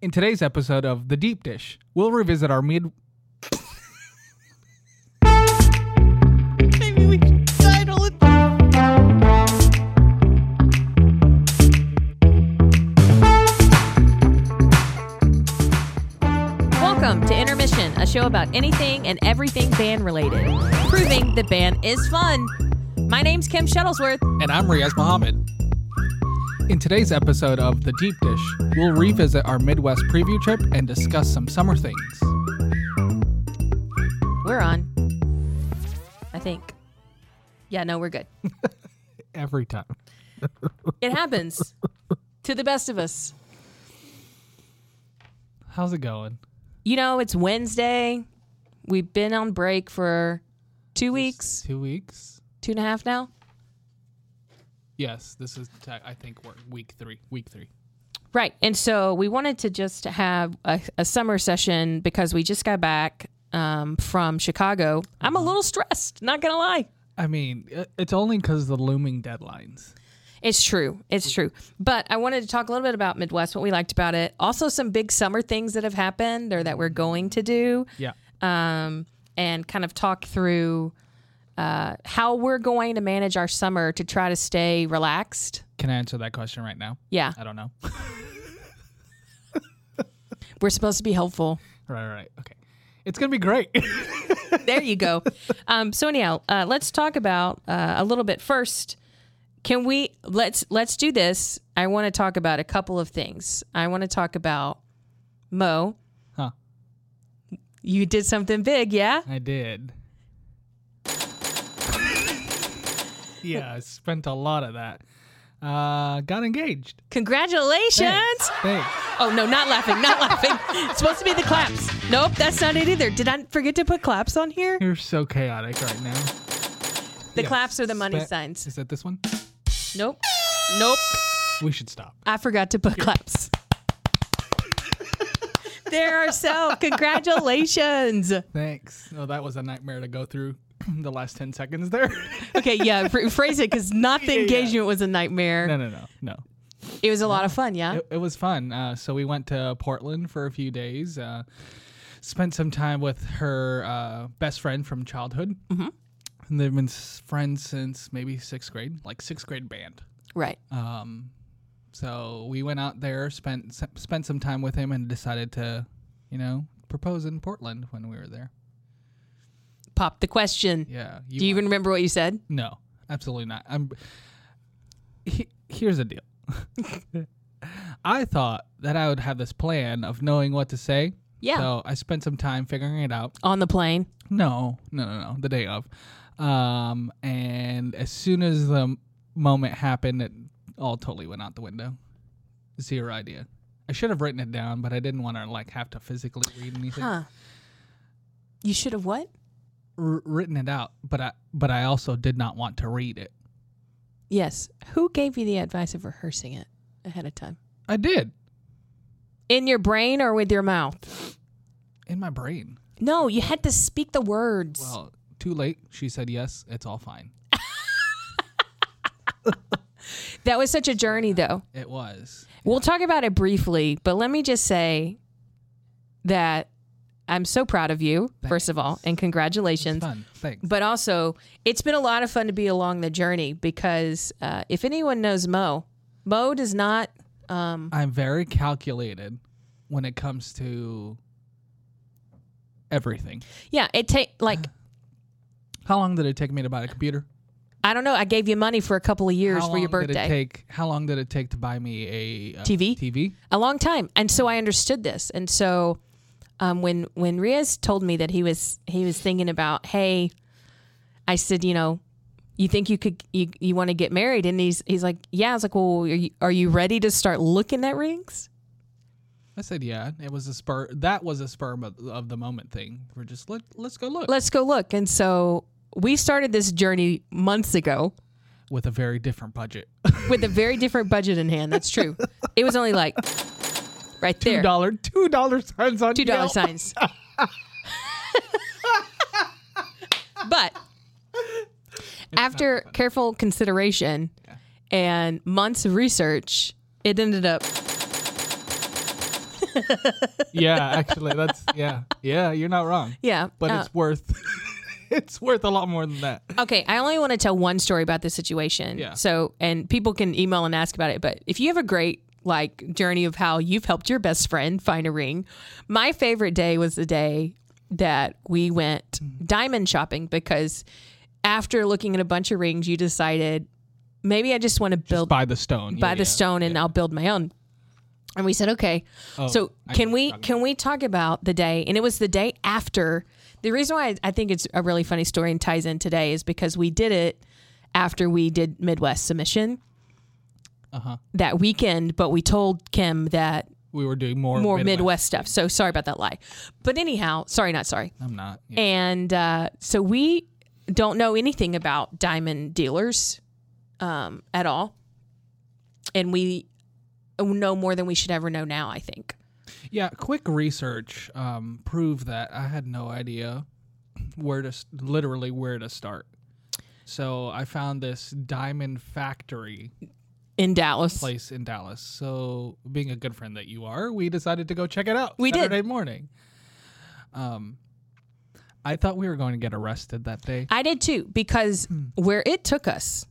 In today's episode of The Deep Dish, we'll revisit our mid. Maybe we should title it. Welcome to Intermission, a show about anything and everything band related, proving that band is fun. My name's Kim Shuttlesworth. And I'm Riaz Mohammed. In today's episode of The Deep Dish, we'll revisit our Midwest preview trip and discuss some summer things. We're on. I think. Yeah, no, we're good. Every time. It happens to the best of us. How's it going? You know, it's Wednesday. We've been on break for two weeks, Two weeks? two and a half now. Yes, this is, te- I think, we're week three. Week three. Right. And so we wanted to just have a, a summer session because we just got back um, from Chicago. I'm a little stressed, not going to lie. I mean, i- it's only because the looming deadlines. It's true. It's true. But I wanted to talk a little bit about Midwest, what we liked about it. Also, some big summer things that have happened or that we're going to do, Yeah. um, and kind of talk through uh, how we're going to manage our summer to try to stay relaxed. Can I answer that question right now? Yeah, I don't know. we're supposed to be helpful. right, right. Okay. It's going to be great. There you go. um, so anyhow, uh, let's talk about uh, a little bit first. Can we let's let's do this? I want to talk about a couple of things. I want to talk about Mo. Huh. You did something big, yeah? I did. yeah, I spent a lot of that. Uh, got engaged. Congratulations! Thanks. Thanks. Oh no, not laughing, not laughing. It's supposed to be the claps. Nope, that's not it either. Did I forget to put claps on here? You're so chaotic right now. The Yes. claps are the money Spe- signs. Is that this one? Nope. Nope. We should stop. I forgot to put claps. there ourselves. Congratulations. Thanks. Oh, that was a nightmare to go through the last 10 seconds there. Okay, yeah, rephrase it because not the yeah. engagement was a nightmare. no, no, no, no. It was a lot of fun, yeah? It, it was fun. Uh, so we went to Portland for a few days. Uh, spent some time with her uh, best friend from childhood. Mm-hmm. And they've been s- friends since maybe sixth grade, like sixth grade band. Right. Uh, So we went out there, spent s- spent some time with him, and decided to, you know, propose in Portland when we were there. Pop the question. Yeah. Do you even remember what you said? No, absolutely not. I'm. He, here's the deal. I thought that I would have this plan of knowing what to say. Yeah. So I spent some time figuring it out. On the plane. No, no, no, no. The day of, um, and as soon as the m- moment happened, it all totally went out the window. Zero idea. I should have written it down, but I didn't want to like have to physically read anything. Huh. You should have what? R- written it out, but I but I also did not want to read it. Yes. Who gave you the advice of rehearsing it ahead of time? I did In your brain or with your mouth? in my brain. No, you had to speak the words. Well, too late. She said yes. It's all fine. that was such a journey, though. It was. We'll talk about it briefly, but let me just say that I'm so proud of you, first of all, and congratulations. Fun. Thanks. but also it's been a lot of fun to be along the journey because uh, if anyone knows Mo, Mo does not. Um, I'm very calculated when it comes to everything. yeah, it take like How long did it take me to buy a computer? I don't know. I gave you money for a couple of years how for your long Did it birthday, take, how long did it take to buy me a uh, TV? TV? a long time, and so I understood this. And so um, when when Riaz told me that he was he was thinking about, hey, I said, you know. You think you could you, you want to get married and he's he's like yeah I was like well are you, are you ready to start looking at rings I said yeah. It was a spur. That was a spur of, of the moment thing. We're just let let's go look let's go look and so we started this journey months ago with a very different budget. with a very different budget in hand. That's true. It was only like right Two there, dollar two dollar signs on two dollar Yelp. signs. but after careful consideration and months of research, it ended up yeah, actually, that's yeah, yeah. You're not wrong, Yeah. but uh, it's worth it's worth a lot more than that. Okay, I only want to tell one story about this situation. Yeah. So, and people can email and ask about it. But if you have a great like journey of how you've helped your best friend find a ring, my favorite day was the day that we went diamond shopping because after looking at a bunch of rings, you decided maybe I just want to build By the stone, by yeah, the yeah. stone and I'll build my own. And we said, okay. Oh, so I can know what we can we talk about the day? And it was the day after. The reason why I, I think it's a really funny story and ties in today is because we did it after we did Midwest submission Uh-huh. that weekend, but we told Kim that We were doing more more Midwest, stuff. So sorry about that lie. But anyhow, sorry, not sorry. I'm not. Yeah. And uh, so we don't know anything about diamond dealers um, at all. And we know more than we should ever know now, I think. Yeah, quick research um, proved that I had no idea where to s- literally where to start. So I found this diamond factory In Dallas. place in Dallas. So being a good friend that you are, we decided to go check it out. We did. Saturday morning. Um, I thought we were going to get arrested that day. I did too, because Hmm. where it took us,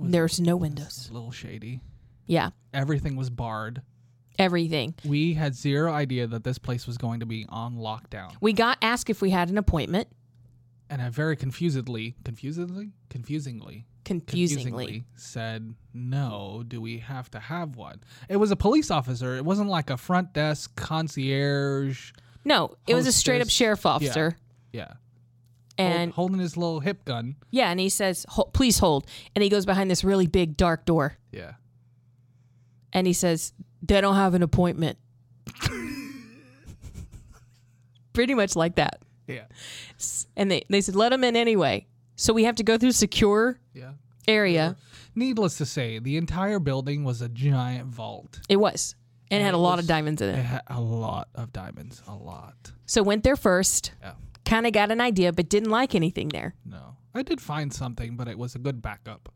there's no windows. It's a little shady. Yeah, Everything was barred. everything. We had zero idea that this place was going to be on lockdown. We got asked if we had an appointment. And I very confusedly, confusedly, confusingly Confusingly. said, "No, do we have to have one?" It was a police officer. It wasn't like a front desk concierge. No, it was a straight up Hostess. Oh, sheriff officer. Yeah, Hold- And holding his little hip gun. yeah, and he says, "Ho- please hold. And he goes behind this really big dark door. Yeah, and he says they don't have an appointment pretty much like that yeah, and they, they said let them in anyway so we have to go through secure yeah. area Needless to say, the entire building was a giant vault. it was and it had a it lot was- of diamonds in It it had a lot of diamonds. A lot. so went there first Yeah. kind of got an idea but didn't like anything there No, I did find something, but it was a good backup.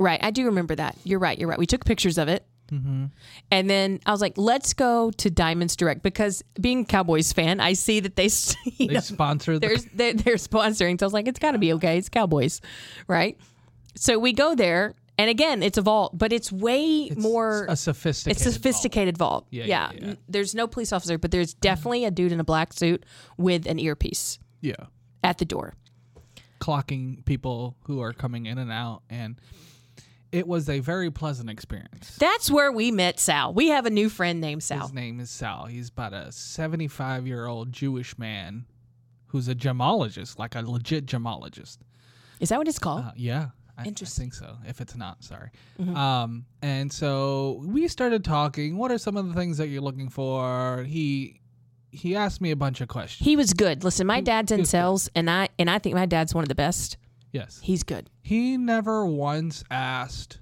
right i do remember that you're right you're right we took pictures of it Mm-hmm. and then i was like let's go to diamonds direct because being a cowboys fan i see that they, s- you They know, sponsored the there's they're, they're sponsoring. So I was like, it's got to be okay. It's Cowboys, right? So we go there, and again, it's a vault, but it's way more. a sophisticated. it's a sophisticated vault. Yeah, yeah, yeah, yeah. N- There's no police officer, but there's definitely a dude in a black suit with an earpiece vault. Yeah. at the door. clocking people who are coming in and out and it was a very pleasant experience That's where we met Sal. We have a new friend named Sal. his name is sal he's about a 75 year old jewish man who's a gemologist like a legit gemologist Is that what it's called? uh, yeah I, Interesting. I think so if it's not sorry um, and so we started talking what are some of the things that you're looking for he he asked me a bunch of questions he was good. Listen, my dad's in was good. sales, and I and I think my dad's one of the best. yes He's good. He never once asked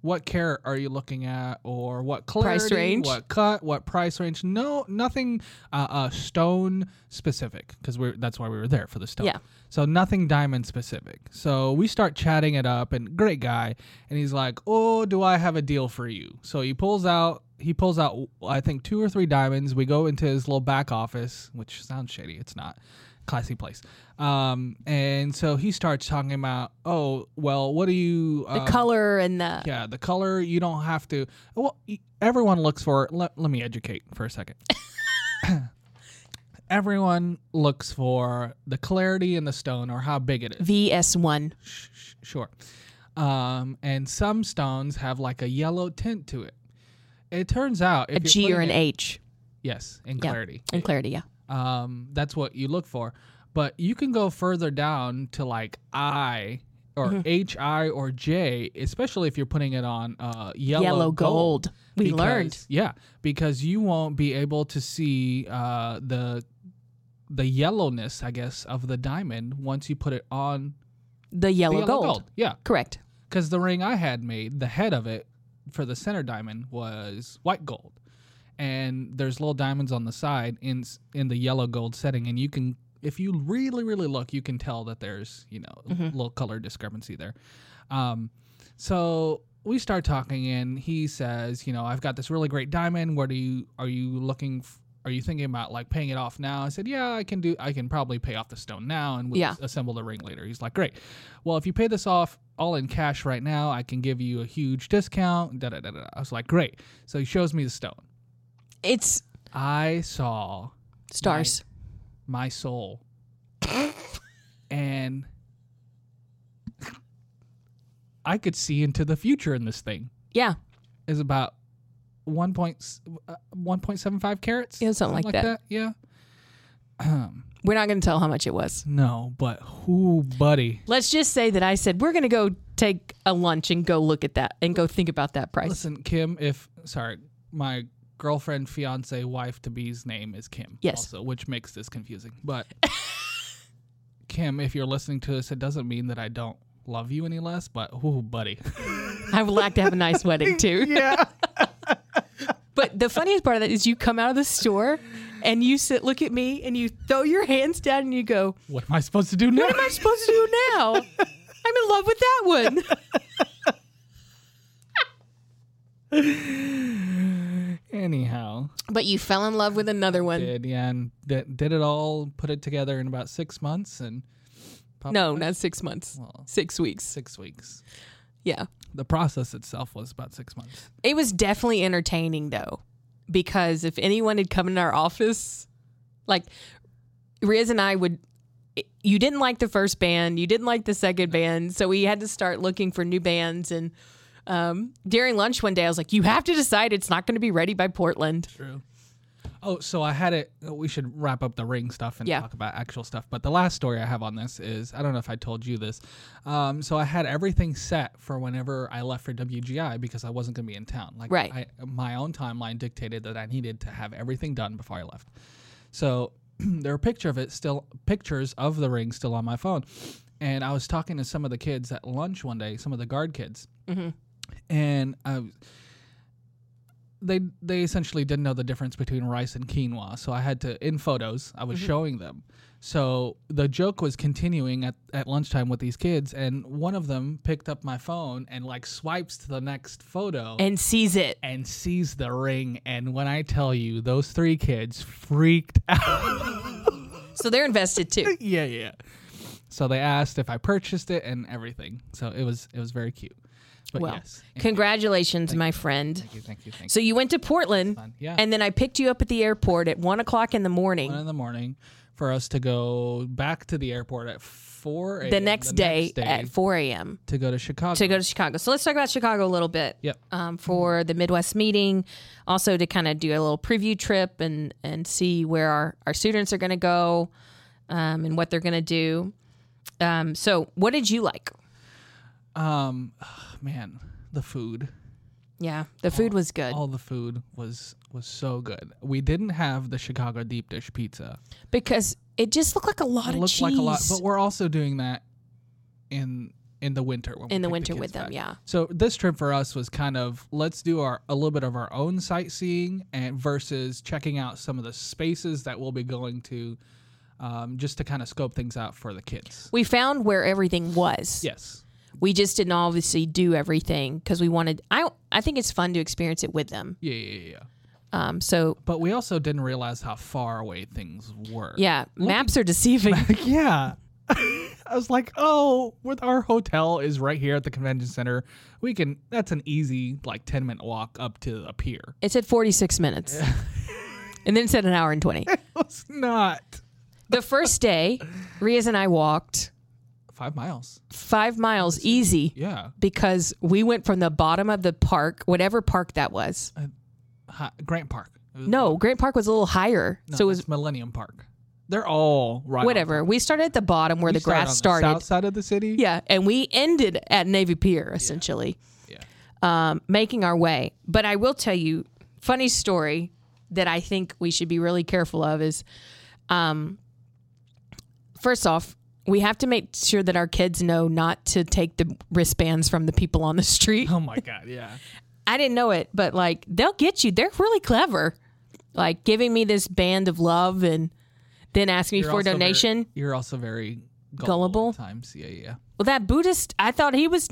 what carat are you looking at or what clarity, Price range? what cut, what price range. No, nothing uh, uh, stone specific because we that's why we were there for the stone. Yeah. So nothing diamond specific. So we start chatting it up and great guy and he's like, "Oh, do I have a deal for you?" So he pulls out he pulls out I think two or three diamonds. We go into his little back office, which sounds shady. It's not classy place. Um, and so he starts talking about, oh, well, what do you? The Uh, color and the yeah, the color. You don't have to. Well, e- everyone looks for. Let, let me educate for a second. everyone looks for the clarity in the stone or how big Mm-hmm. it is. VS one. Sh- sh- sure. Um, and some stones have like a yellow tint to it. It turns out if A G you're or an putting it- H Yes, in Yeah. clarity. and clarity, yeah. um, that's what you look for. But you can go further down to like I or Mm-hmm. HI or J, especially if you're putting it on uh, yellow, Yellow, gold. We because- learned. yeah, because you won't be able to see uh, the the yellowness, I guess, of the diamond once you put it on the the yellow, yellow gold. gold. Yeah, Correct. because the ring I had made, the head of it for the center diamond was white gold, and there's little diamonds on the side in in the yellow gold setting, and you can if you really really look, you can tell that there's you know little color discrepancy there. Um, so we start talking and he says, you know, I've got this really great diamond. What are you are you looking f- are you thinking about like paying it off now? I said, yeah, I can do I can probably pay off the stone now and we'll Yeah. assemble the ring later. He's like, great. Well, if you pay this off all in cash right now, I can give you a huge discount. Da da da da. I was like, great. So he shows me the stone. It's I saw stars. my soul. and I could see into the future in this thing. Yeah. Is about 1. Point, uh, 1.75 carats. Yeah, something like that. Yeah. We're not going to tell how much it was. No, but who, buddy? Let's just say that I said, we're going to go take a lunch and go look at that and go think about that price. Listen, Kim, if, sorry, my girlfriend, fiance, wife to be's name is Kim. Yes. Also, which makes this confusing. But Kim, if you're listening to this, it doesn't mean that I don't love you any less, but who, buddy? I would like to have a nice wedding too. Yeah. But the funniest part of that is you come out of the store and you sit, look at me, and you throw your hands down and you go, What am I supposed to do now? What am I supposed to do now? I'm in love with that one. Anyhow, But you fell in love with another one. did yeah, and did, did it all, put it together in about six months and popped No, it not six months. Well. Six weeks. six weeks. Yeah. The process itself was about six months. It was definitely entertaining though, because if anyone had come in our office, like Riz and I would, you didn't like the first band, you didn't like the second band, so we had to start looking for new bands. And um, during lunch one day, I was like, "You have to decide it's not going to be ready by Portland." True. Oh, so I had it. We should wrap up the ring stuff and Yeah. talk about actual stuff. But the last story I have on this is I don't know if I told you this. Um, so I had everything set for whenever I left for WGI because I wasn't going to be in town. Like Right. I, my own timeline dictated that I needed to have everything done before I left. So there are picture of it still pictures of the ring still on my phone. And I was talking to some of the kids at lunch one day, some of the guard kids, and I was- they they essentially didn't know the difference between rice and quinoa. So I had to in photos I was Mm-hmm. showing them. So the joke was continuing at, at lunchtime with these kids, and one of them picked up my phone and like swipes to the next photo And sees it. and sees the ring. And when I tell you, those three kids freaked out. So they're invested too. yeah, yeah. So they asked if I purchased it and everything. So it was it was very cute. But Well, yes, congratulations, my friend. thank you, thank you, thank you. So you went to Portland, Yeah. and then I picked you up at the airport at one o'clock in the One morning. in the morning for us to go back to the airport at four. The a.m. next day next day at 4 a.m. to go to Chicago. to go to Chicago. So let's talk about Chicago a little bit. Yep. Um, for the Midwest meeting, also to kind of do a little preview trip and and see where our our students are going to go, um, and what they're going to do. Um, so what did you like? um, man, the food. Yeah, the food was good All the food was was so good. We didn't have the Chicago deep dish pizza. because it just looked like a lot It of looked cheese like a lot, but we're also doing that in in the winter. When we in the pick winter kids with them. back. Yeah, So this trip for us was kind of let's do our a little bit of our own sightseeing and versus checking out some of the spaces that we'll be going to, um, just to kind of scope things out for the kids. we found where everything was. Yes. We just didn't obviously do everything because we wanted. I I think it's fun to experience it with them. Yeah, yeah, yeah, yeah. Um, so But we also didn't realize how far away things were. yeah, maps are deceiving. yeah. I was like, oh, with our hotel is right here at the convention center. We can. That's an easy like ten minute walk up to a pier. It said 46 minutes. and then it said an hour and 20. It's not the first day, Riaz and I walked five miles. five miles easy Yeah. because we went from the bottom of the park, whatever park that was. Hi, Grant Park. It was- No, Grant Park was a little higher. so it was that's Millennium Park. They're all right. on whatever. We started at the bottom where We the grass start started. on the South side of the city. Yeah. And we ended at Navy Pier, essentially, Yeah. um, making our way. But I will tell you, funny story that I think we should be really careful of is um, first off, we have to make sure that our kids know not to take the wristbands from the people on the street. Oh my God. Yeah. I didn't know it, but like they'll get you. They're really clever. Like giving me this band of love and then asking me You're for a also very- donation. you're also very gullible. Gullible? at times. Yeah. Yeah. Well, that Buddhist, I thought he was.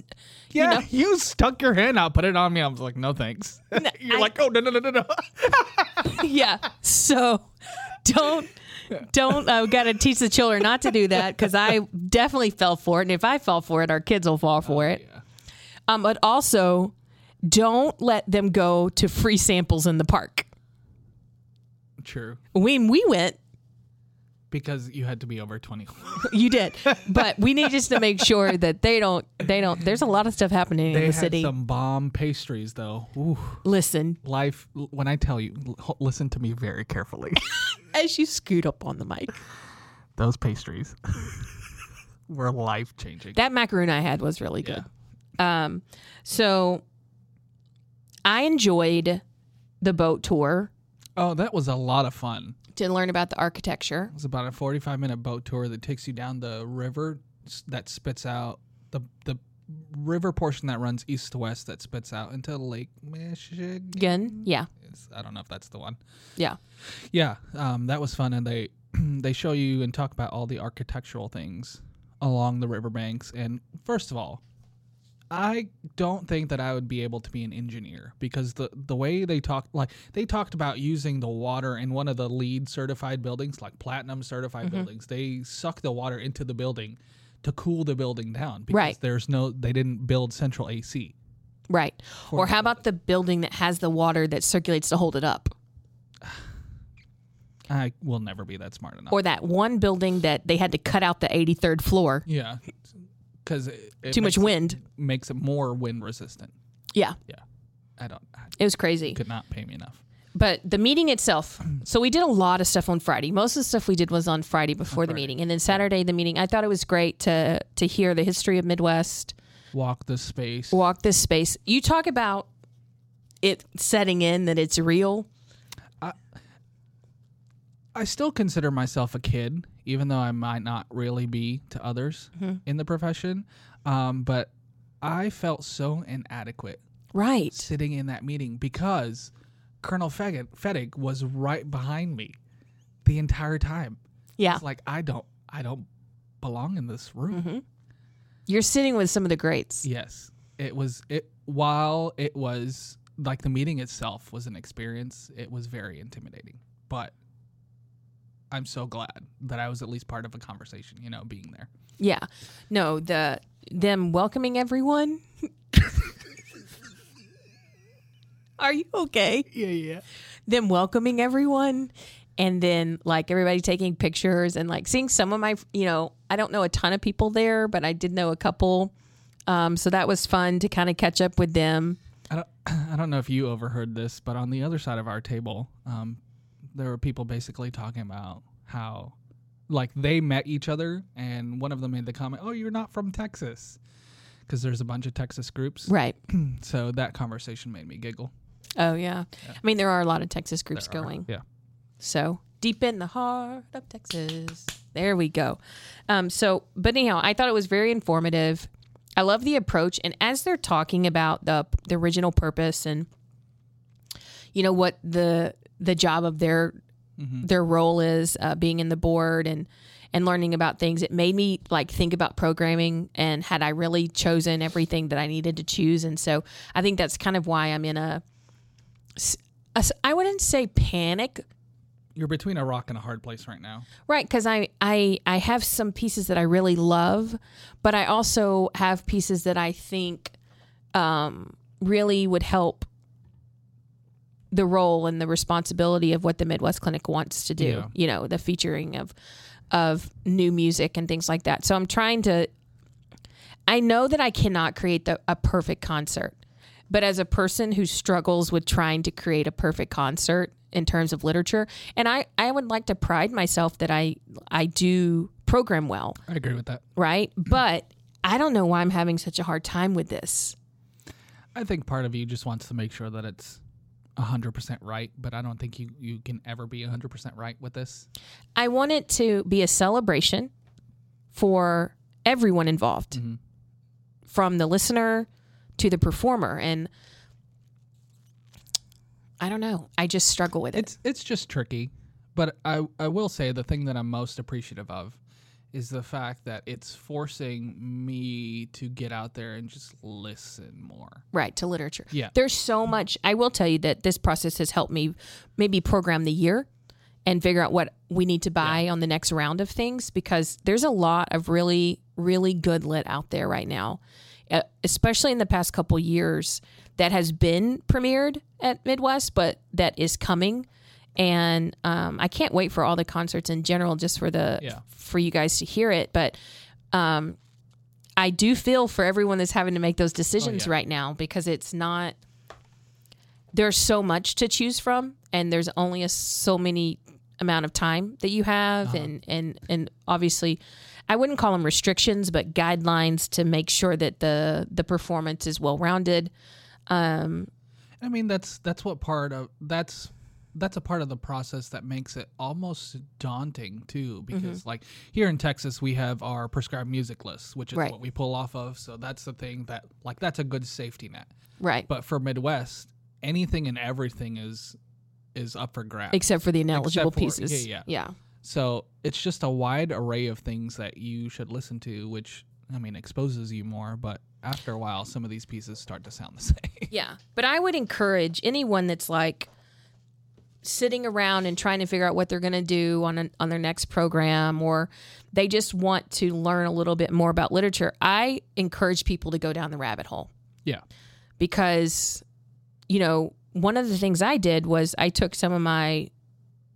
Yeah, know. you, stuck your hand out, put it on me. I was like, no thanks. You're I- like, oh no no no no no. yeah. So don't don't uh, got to teach the children not to do that because I definitely fell for it, and if I fall for it, our kids will fall for it. Um, but also, don't let them go to free samples in the park. True, When we went, because you had to be over twenty. you did, but we need just to make sure that they don't they don't. There's a lot of stuff happening They in the had city. some bomb pastries though. Ooh, Listen, life. When I tell you, l- listen to me very carefully. as you scoot up on the mic, Those pastries were life changing. that macaroon I had was really good. Um, so I enjoyed the boat tour Oh, that was a lot of fun. to learn about the architecture. It was about a 45 minute boat tour that takes you down the river s- that spits out the the river portion that runs east to west that spits out into Lake Michigan. Again, yeah, It's- I don't know if that's the one. yeah. Yeah, um, that was fun, and they they show you and talk about all the architectural things along the riverbanks. And first of all, I don't think that I would be able to be an engineer because the the way they talked, like they talked about using the water in one of the lead certified buildings, like platinum certified Mm-hmm. buildings. They suck the water into the building to cool the building down because Right. there's no they didn't build central AC. Right. Or how about the building that has the water that circulates to hold it up? I will never be that smart enough. Or that one building that they had to cut out the 83rd floor. yeah, because too Too much wind. makes it more wind resistant. Yeah, I don't. I it was crazy. could not pay me enough. But the meeting itself, so we did a lot of stuff on Friday. Most of the stuff we did was on Friday before the meeting. And then Saturday, the meeting, I thought it was great to, to hear the history of Midwest, Walk the space. walk this space. You talk about it setting in that it's real. I still consider myself a kid, even though I might not really be to others Mm-hmm. in the profession. Um, but I felt so inadequate Right. sitting in that meeting because Colonel Fedig, Fedig was right behind me the entire time. Yeah. Mm-hmm. It's like I don't, I don't belong in this room. You're sitting with some of the greats. Yes. It was it while it was like the meeting itself was an experience, it was very intimidating. But I'm so glad that I was at least part of a conversation, you know, being there. Yeah. No, the them welcoming everyone. Are you okay? Yeah, yeah. Them welcoming everyone and then like everybody taking pictures and like seeing some of my, you know, I don't know a ton of people there, but I did know a couple. Um, so that was fun to kind of catch up with them. I don't I don't know if you overheard this, but on the other side of our table, um, there were people basically talking about how like they met each other and one of them made the comment, "Oh, you're not from Texas." Cuz there's a bunch of Texas groups. Right. So that conversation made me giggle. Oh yeah. I mean, there are a lot of Texas groups going. Yeah. So deep in the heart of Texas. There we go. Um, so, but anyhow, I thought it was very informative. I love the approach, and as they're talking about the the original purpose and you know what the the job of their their role is, uh, being in the board and and learning about things, it made me like think about programming and had I really chosen everything that I needed to choose, and so I think that's kind of why I'm in a, s- a s- I wouldn't say panic, You're between a rock and a hard place right now. Right, because I, I I have some pieces that I really love, but I also have pieces that I think um, really would help the role and the responsibility of what the Midwest Clinic wants to do. Yeah. You know, the featuring of of new music and things like that. So I'm trying to. I know that I cannot create the, a perfect concert, but as a person who struggles with trying to create a perfect concert in terms of literature, and I, I would like to pride myself that I I do program well, I agree with that. right? But I don't know why I'm having such a hard time with this. I think part of you just wants to make sure that it's 100% right, but I don't think you, you can ever be 100% right with this. I want it to be a celebration for everyone involved, from the listener to the performer. And I don't know. I just struggle with it. It's it's just tricky, but I I will say the thing that I'm most appreciative of is the fact that it's forcing me to get out there and just listen more. right to literature Yeah. there's so much i will tell you that this process has helped me maybe program the year and figure out what we need to buy on the next round of things because there's a lot of really really good lit out there right now Uh, especially in the past couple years that has been premiered at midwest but that is coming and um, i can't wait for all the concerts in general just for the Yeah. for you guys to hear it but um, I do feel for everyone that's having to make those decisions Oh, yeah. right now because it's not there's so much to choose from and there's only a so many amount of time that you have and and and obviously I wouldn't call them restrictions but guidelines to make sure that the the performance is well rounded I mean, that's that's what part of that's that's a part of the process that makes it almost daunting too Mm-hmm. because like here in Texas we have our prescribed music list which is Right. what we pull off of so that's the thing that like that's a good safety net right but for Midwest anything and everything is is up for grabs except for the ineligible for- yeah, pieces yeah. yeah So it's just a wide array of things that you should listen to, which I mean exposes you more, but after a while some of these pieces start to sound the same. Yeah. But I would encourage anyone that's like sitting around and trying to figure out what they're going to do on an, on their next program or they just want to learn a little bit more about literature. I encourage people to go down the rabbit hole yeah. because you know, one of the things I did was I took some of my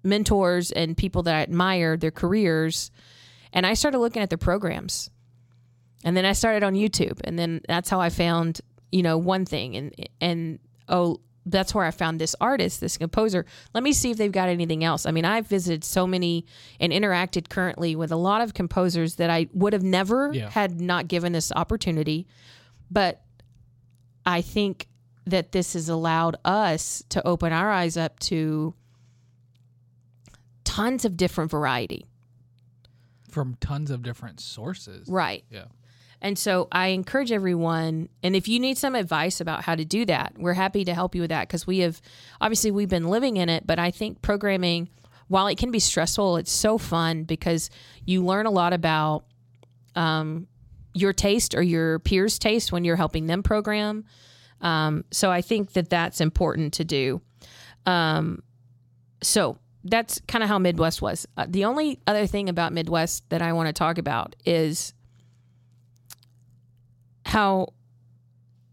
mentors and people that I admired their careers and I started looking at their programs. And then I started on YouTube and then that's how I found, you know, one thing and and oh that's where I found this artist, this composer. Let me see if they've got anything else. I mean, I've visited so many and interacted currently with a lot of composers that I would have never Yeah. had not given this opportunity. But I think that this has allowed us to open our eyes up to tons of different variety. From tons of different sources. Right. Yeah. And so I encourage everyone, and if you need some advice about how to do that, we're happy to help you with that because we have obviously we've been living in it, but I think programming, while it can be stressful, it's so fun because you learn a lot about um, your taste or your peers' taste when you're helping them program. Um, so I think that that's important to do. Um, so that's kind of how Midwest was. Uh, the only other thing about Midwest that I want to talk about is how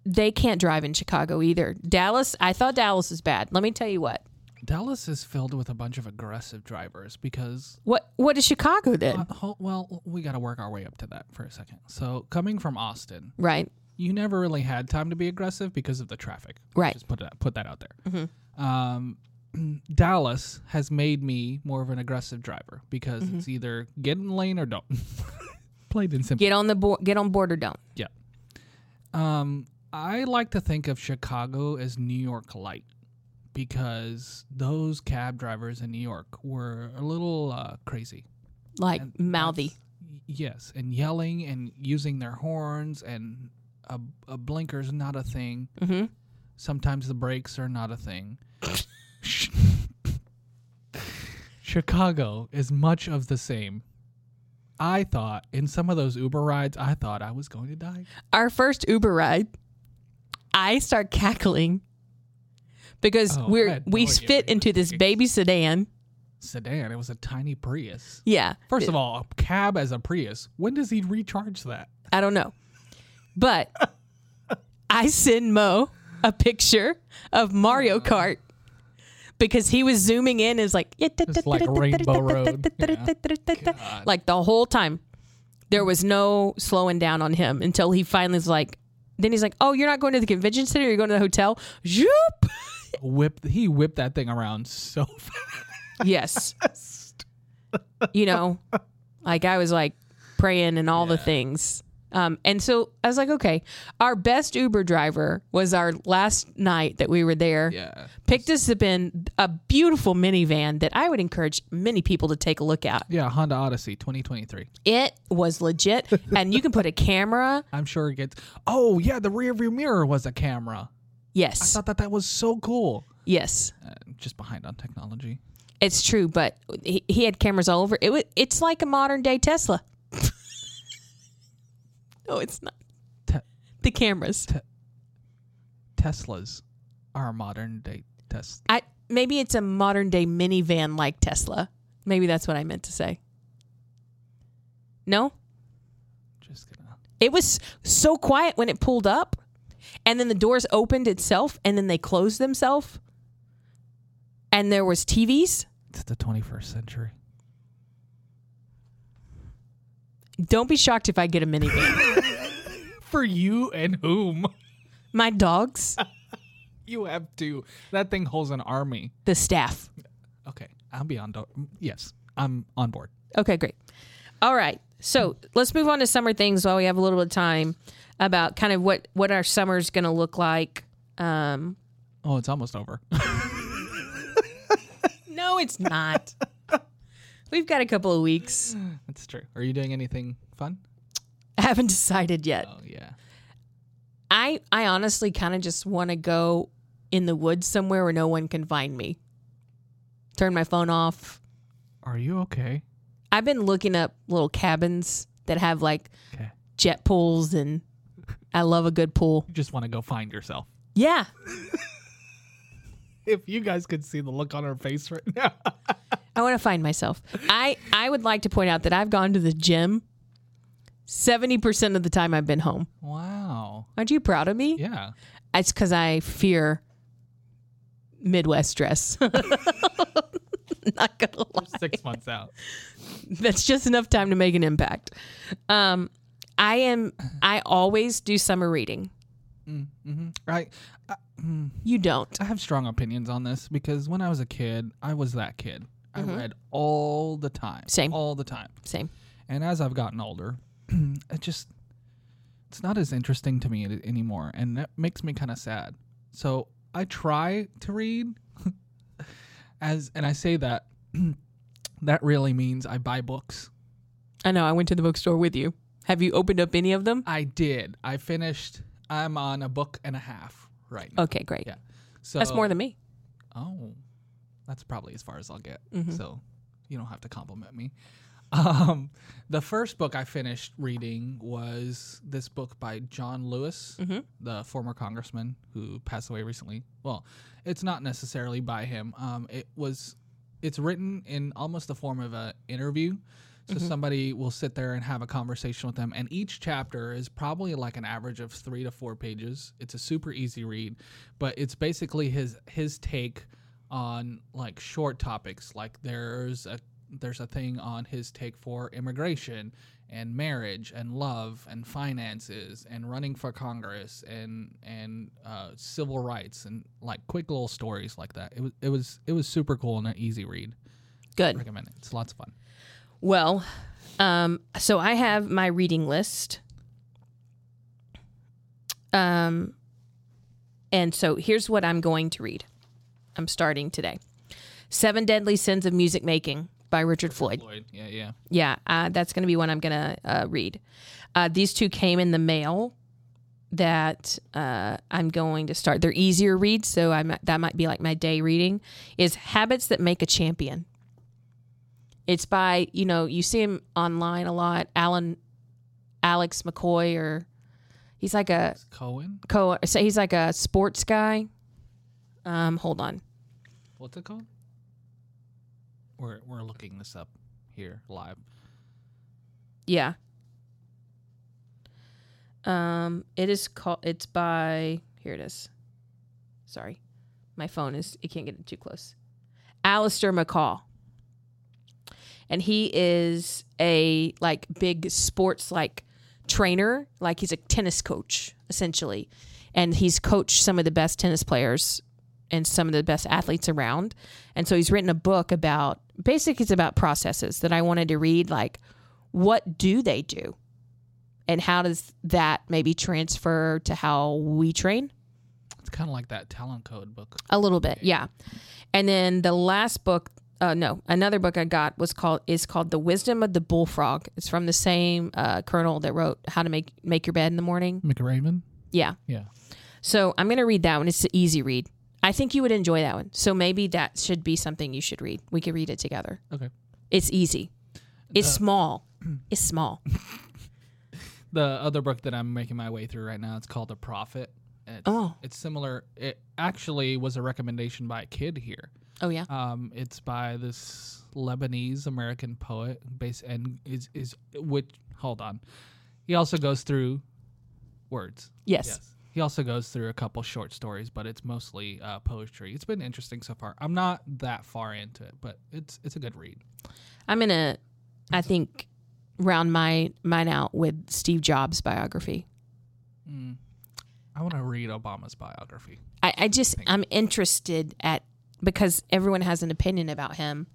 they can't drive in Chicago either. Dallas, I thought Dallas is bad. Let me tell you what. Dallas is filled with a bunch of aggressive drivers because What what is Chicago then? uh, ho- well, we got to work our way up to that for a second. So, coming from Austin, right. you never really had time to be aggressive because of the traffic. Right. Just put that put that out there. Um, Dallas has made me more of an aggressive driver because it's either get in the lane or don't. Played in simple. Get on the bo- get on board or don't. Yeah. Um, I like to think of Chicago as New York light because those cab drivers in New York were a little uh, crazy. Like mouthy. Yes, and yelling and using their horns and a, a blinker's not a thing. Mhm. Sometimes the brakes are not a thing. Chicago is much of the same. I thought in some of those Uber rides, I thought I was going to die. Our first Uber ride, I start cackling because Oh, I we're had no we idea fit what you into were this thinking. baby sedan. Sedan, it was a tiny Prius. Yeah. First of all, a cab as a Prius. When does he recharge that? I don't know. But I send Mo a picture of Mario Uh. Kart because he was zooming in is like It's like Rainbow Road. Yeah. like the whole time there was no slowing down on him until he finally was like then he's like, "Oh, you're not going to the convention center, you're going to the hotel." Zoop. Whip he whipped that thing around so fast. Yes. you know, like I was like praying and all the things. Um, and so I was like, okay, our best Uber driver was our last night that we were there. Yeah. Picked us up in a beautiful minivan that I would encourage many people to take a look at. Yeah, Honda Odyssey 2023. It was legit, and you can put a camera. I'm sure it gets. Oh yeah, the rear view mirror was a camera. I Yes, thought that that was so cool. yes, Uh, just behind on technology. it's true. But he, he had cameras all over. It was, it's like a modern day Tesla. No, it's not. Te- the cameras. Teslas are modern day Tesla. I maybe it's a modern day minivan like Tesla. Maybe that's what I meant to say. No, Just gonna. it was so quiet when it pulled up, and then the doors opened itself, and then they closed themselves, and there was TVs. It's the 21st century. Don't be shocked if I get a minivan. For you and whom? My dogs, You have to. That thing holds an army. the staff. Okay, I'll be on. Do- yes, I'm on board. Okay, great. All right. So let's move on to summer things while we have a little bit of time about kind of what what our summer's going to look like. Um, Oh, it's almost over. no, it's not. We've got a couple of weeks. That's true. Are you doing anything fun? I haven't decided yet. Oh yeah. I I honestly kind of just want to go in the woods somewhere where no one can find me. Turn my phone off. Are you okay? I've been looking up little cabins that have like Okay. jet pools and I love a good pool. You just want to go find yourself. Yeah. If you guys could see the look on her face right now. I want to find myself. I I would like to point out that I've gone to the gym 70% of the time I've been home. Wow. Aren't you proud of me? Yeah. It's cuz I fear Midwest stress. Not going to lie. Six months out. That's just enough time to make an impact. Um I am I always do summer reading. Mm-hmm. Right. I, mm, You don't. I have strong opinions on this because when I was a kid, I was that kid. I read all the time. Mm-hmm. Same. All the time. Same. And as I've gotten older, it just it's not as interesting to me any- anymore, and that makes me kind of sad. So I try to read, as and I say that that really means I buy books. I know I went to the bookstore with you. Have you opened up any of them? I did. I finished. I'm on a book and a half right now. Okay, great. Yeah. So That's more than me. Oh, that's probably as far as I'll get. So you don't have to compliment me. Um, the first book I finished reading was this book by John Lewis, the former congressman who passed away recently. Well, it's not necessarily by him. Um, it was, it's written in almost the form of an interview. So somebody will sit there and have a conversation with them, and each chapter is probably like an average of three to four pages. It's a super easy read, but it's basically his his take on like short topics like there's a there's a thing on his take for immigration and marriage and love and finances and running for congress and and uh, civil rights and like quick little stories like that it was it was it was super cool and an easy read Good. recommend it it's lots of fun Well, um, so I have my reading list. Um, and so here's what I'm going to read. I'm starting today Seven Deadly Sins of Music Making by Richard Floyd. Lloyd, yeah yeah Yeah, uh, that's going to be one I'm going to uh, read. Uh, these two came in the mail that uh, I'm going to start. They're easier reads, so I might, that might be like my day reading. Is Habits That Make a Champion. It's by you know you see him online a lot, Alan, Alex McCoy, or he's like a It's cohen co. So he's like a sports guy. Um, hold on. what's it called we're we're looking this up here live Yeah. Um, it is called. It's by here. It is. Sorry, my phone is. It can't get it too close. Alistair McCall, and he is a like big sports like trainer. Like he's a tennis coach essentially, and he's coached some of the best tennis players and some of the best athletes around. And so he's written a book about basically it's about processes that I wanted to read. Like what do they do and how does that maybe transfer to how we train it's kind of like that talent code book a little bit yeah and then the last book uh, no another book i got was called is called the wisdom of the bullfrog it's from the same uh, colonel that wrote how to make make your bed in the morning mcraven yeah yeah so i'm gonna read that one it's an easy read i think you would enjoy that one so maybe that should be something you should read we could read it together okay it's easy it's small it's small the other book that I'm making my way through right now. It's called The Prophet. and It's, Oh. it's similar. It actually was a recommendation by a kid here. Oh yeah. Um, it's by this Lebanese American poet, based and is is which hold on, he also goes through words. Yes. He also goes through a couple short stories, but it's mostly uh, poetry. It's been interesting so far. I'm not that far into it, but it's it's a good read. I'm gonna, I think, round my mine out with Steve Jobs biography. Mm. I want to read Obama's biography. I, I just I'm interested at because everyone has an opinion about him.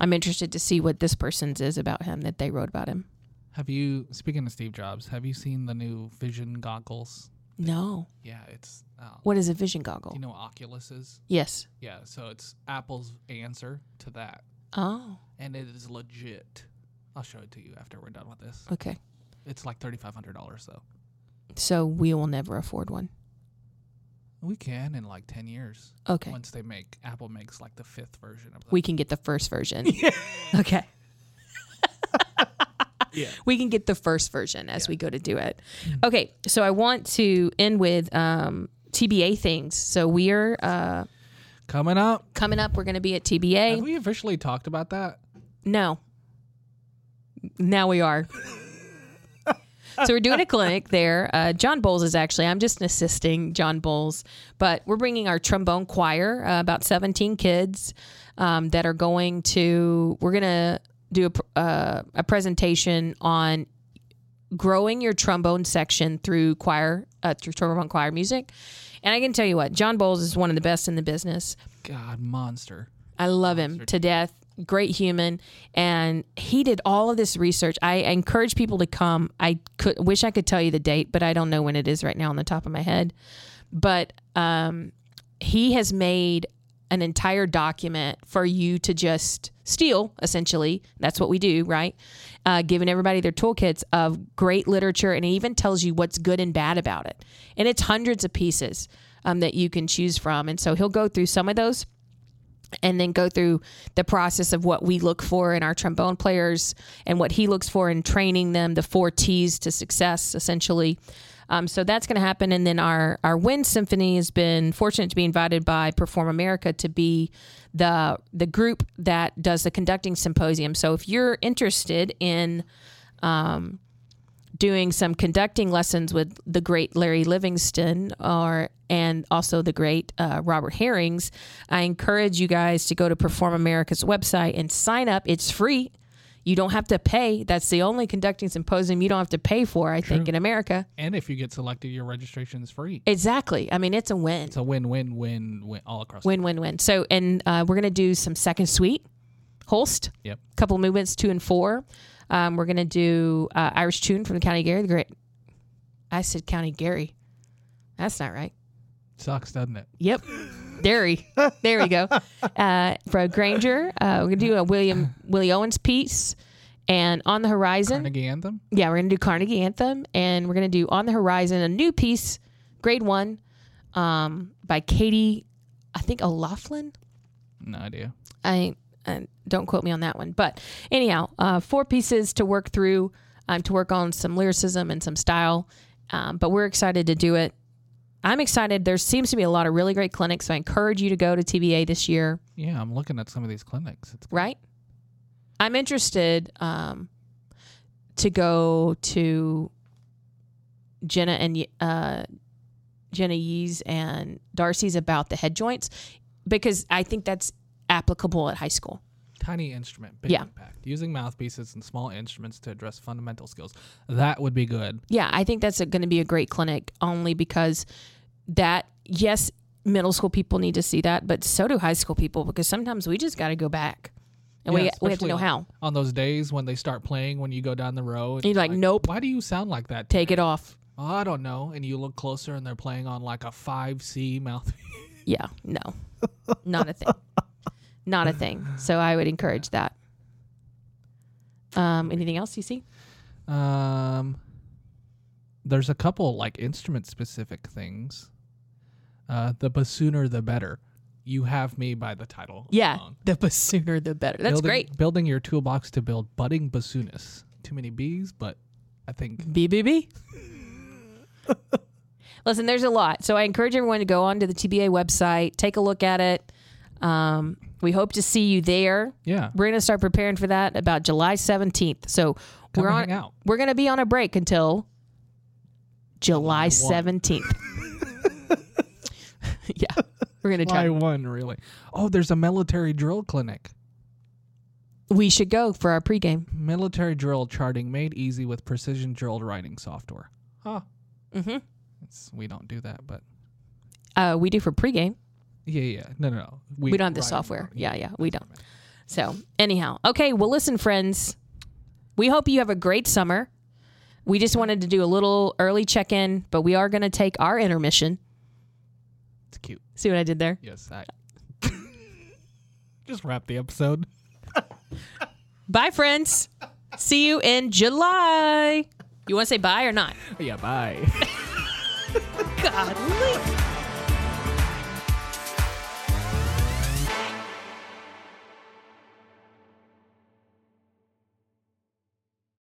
I'm interested to see what this person's is about him that they wrote about him. Have you speaking of Steve Jobs? Have you seen the new vision goggles? No. Yeah, it's. Uh, What is a vision goggle? do you know what Oculus is? yes. Yeah, so it's Apple's answer to that, Oh. and it is legit. I'll show it to you after we're done with this. Okay. It's like thirty five hundred dollars though. So we will never afford one. We can in like ten years Okay. once they make Apple makes like the fifth version of that. We can get the first version. Okay. yeah. we can get the first version as we go to do it. Okay, so I want to end with um, TBA things. So we are uh, Coming up, coming up. We're going to be at have TBA. we officially talked about that? no, now we are. so we're doing a clinic there. Uh, John Bowles is actually. I'm just assisting John Bowles, but we're bringing our trombone choir, uh, about 17 kids um, that are going to. We're going to do a, pr- uh, a presentation on growing your trombone section through choir uh, through trombone choir music and i can tell you what john bowles is one of the best in the business God, monster. I love him to death. Great human, and he did all of this research. I encourage people to come. I could wish I could tell you the date, but I don't know when it is right now on the top of my head. But um, he has made an entire document for you to just steal. Essentially, that's what we do, right? Uh, giving everybody their toolkits of great literature, and it even tells you what's good and bad about it. And it's hundreds of pieces um, that you can choose from. And so he'll go through some of those and then go through the process of what we look for in our trombone players and what he looks for in training them, the four T's to success, essentially. Um, so that's going to happen. And then our, our wind symphony has been fortunate to be invited by Perform America to be the, the group that does the conducting symposium. So if you're interested in doing some conducting lessons with the great Larry Livingston or and also the great uh, Robert Herrings. I encourage you guys to go to Perform America's website and sign up. It's free. You don't have to pay. That's the only conducting symposium you don't have to pay for, I think, in America. And if you get selected, your registration is free. Exactly. I mean, it's a win. It's a win, win, win, win all across. Win, win, win. So, and uh, we're going to do some second suite, Holst. Yep. couple movements two and four. Um, we're gonna do uh, Irish tune from the County Gary. The great, I said County Gary. That's not right. Sucks, doesn't it? Yep, Derry. There we go. Uh, Brad Granger. Uh, we're gonna do a William Willie Owens piece, and on the horizon. Carnegie Anthem. Yeah, we're gonna do Carnegie Anthem, and we're gonna do On the Horizon, a new piece, grade one, um, by Katie, I think O'Laughlin. No idea. I, I don't quote me on that one, but anyhow, uh, four pieces to work through, um, to work on some lyricism and some style. Um, but we're excited to do it. I'm excited. There seems to be a lot of really great clinics, so I encourage you to go to TBA this year. Yeah, I'm looking at some of these clinics. It's Right? I'm interested um, to go to Jenna and Ye- uh, Jenna Yee's and Darcy's about the head joints because I think that's applicable at high school. tiny instrument, big Yeah. impact. Using mouthpieces and small instruments to address fundamental skills. That would be good. Yeah, I think that's going to be a great clinic only because that, yes, middle school people need to see that, but so do high school people because sometimes we just got to go back and Yeah, we, we have to especially, know like, how. On those days when they start playing, when you go down the road, You're like, nope. Why do you sound like that? Take it off. Oh, I don't know. And you look closer, and they're playing on like a five C mouthpiece. Yeah, no, not a thing. Not a thing. So I would encourage that. Um, anything else you see? Um, there's a couple like instrument specific things. Uh, the basooner the better. You have me by the title. of the Yeah, song. the b- sooner the better. That's building, great. Building your toolbox to build budding bassoonists. Too many bees, but I think. BBB. Listen, there's a lot. So I encourage everyone to go onto the TBA website, take a look at it. Um, we hope to see you there. Yeah. We're going to start preparing for that about July 17th. So Come we're on hang out. we're going to be on a break until July 17th. yeah. We're going to Why try. one really? Oh, there's a military drill clinic. We should go for our pregame. Military drill charting made easy with precision drilled writing software. Huh. Mhm. It's, we don't do that, but Uh, we do for pregame. yeah, yeah. No, no, no. we don't have the write- software. Yeah, yeah, we don't. So, anyhow, okay. Well, listen, friends, we hope you have a great summer. We just wanted to do a little early check in, but we are going to take our intermission. It's cute. See what I did there? Yes, I. Just wrap the episode. Bye, friends. See you in July. You want to say bye or not? Yeah, bye. Godly.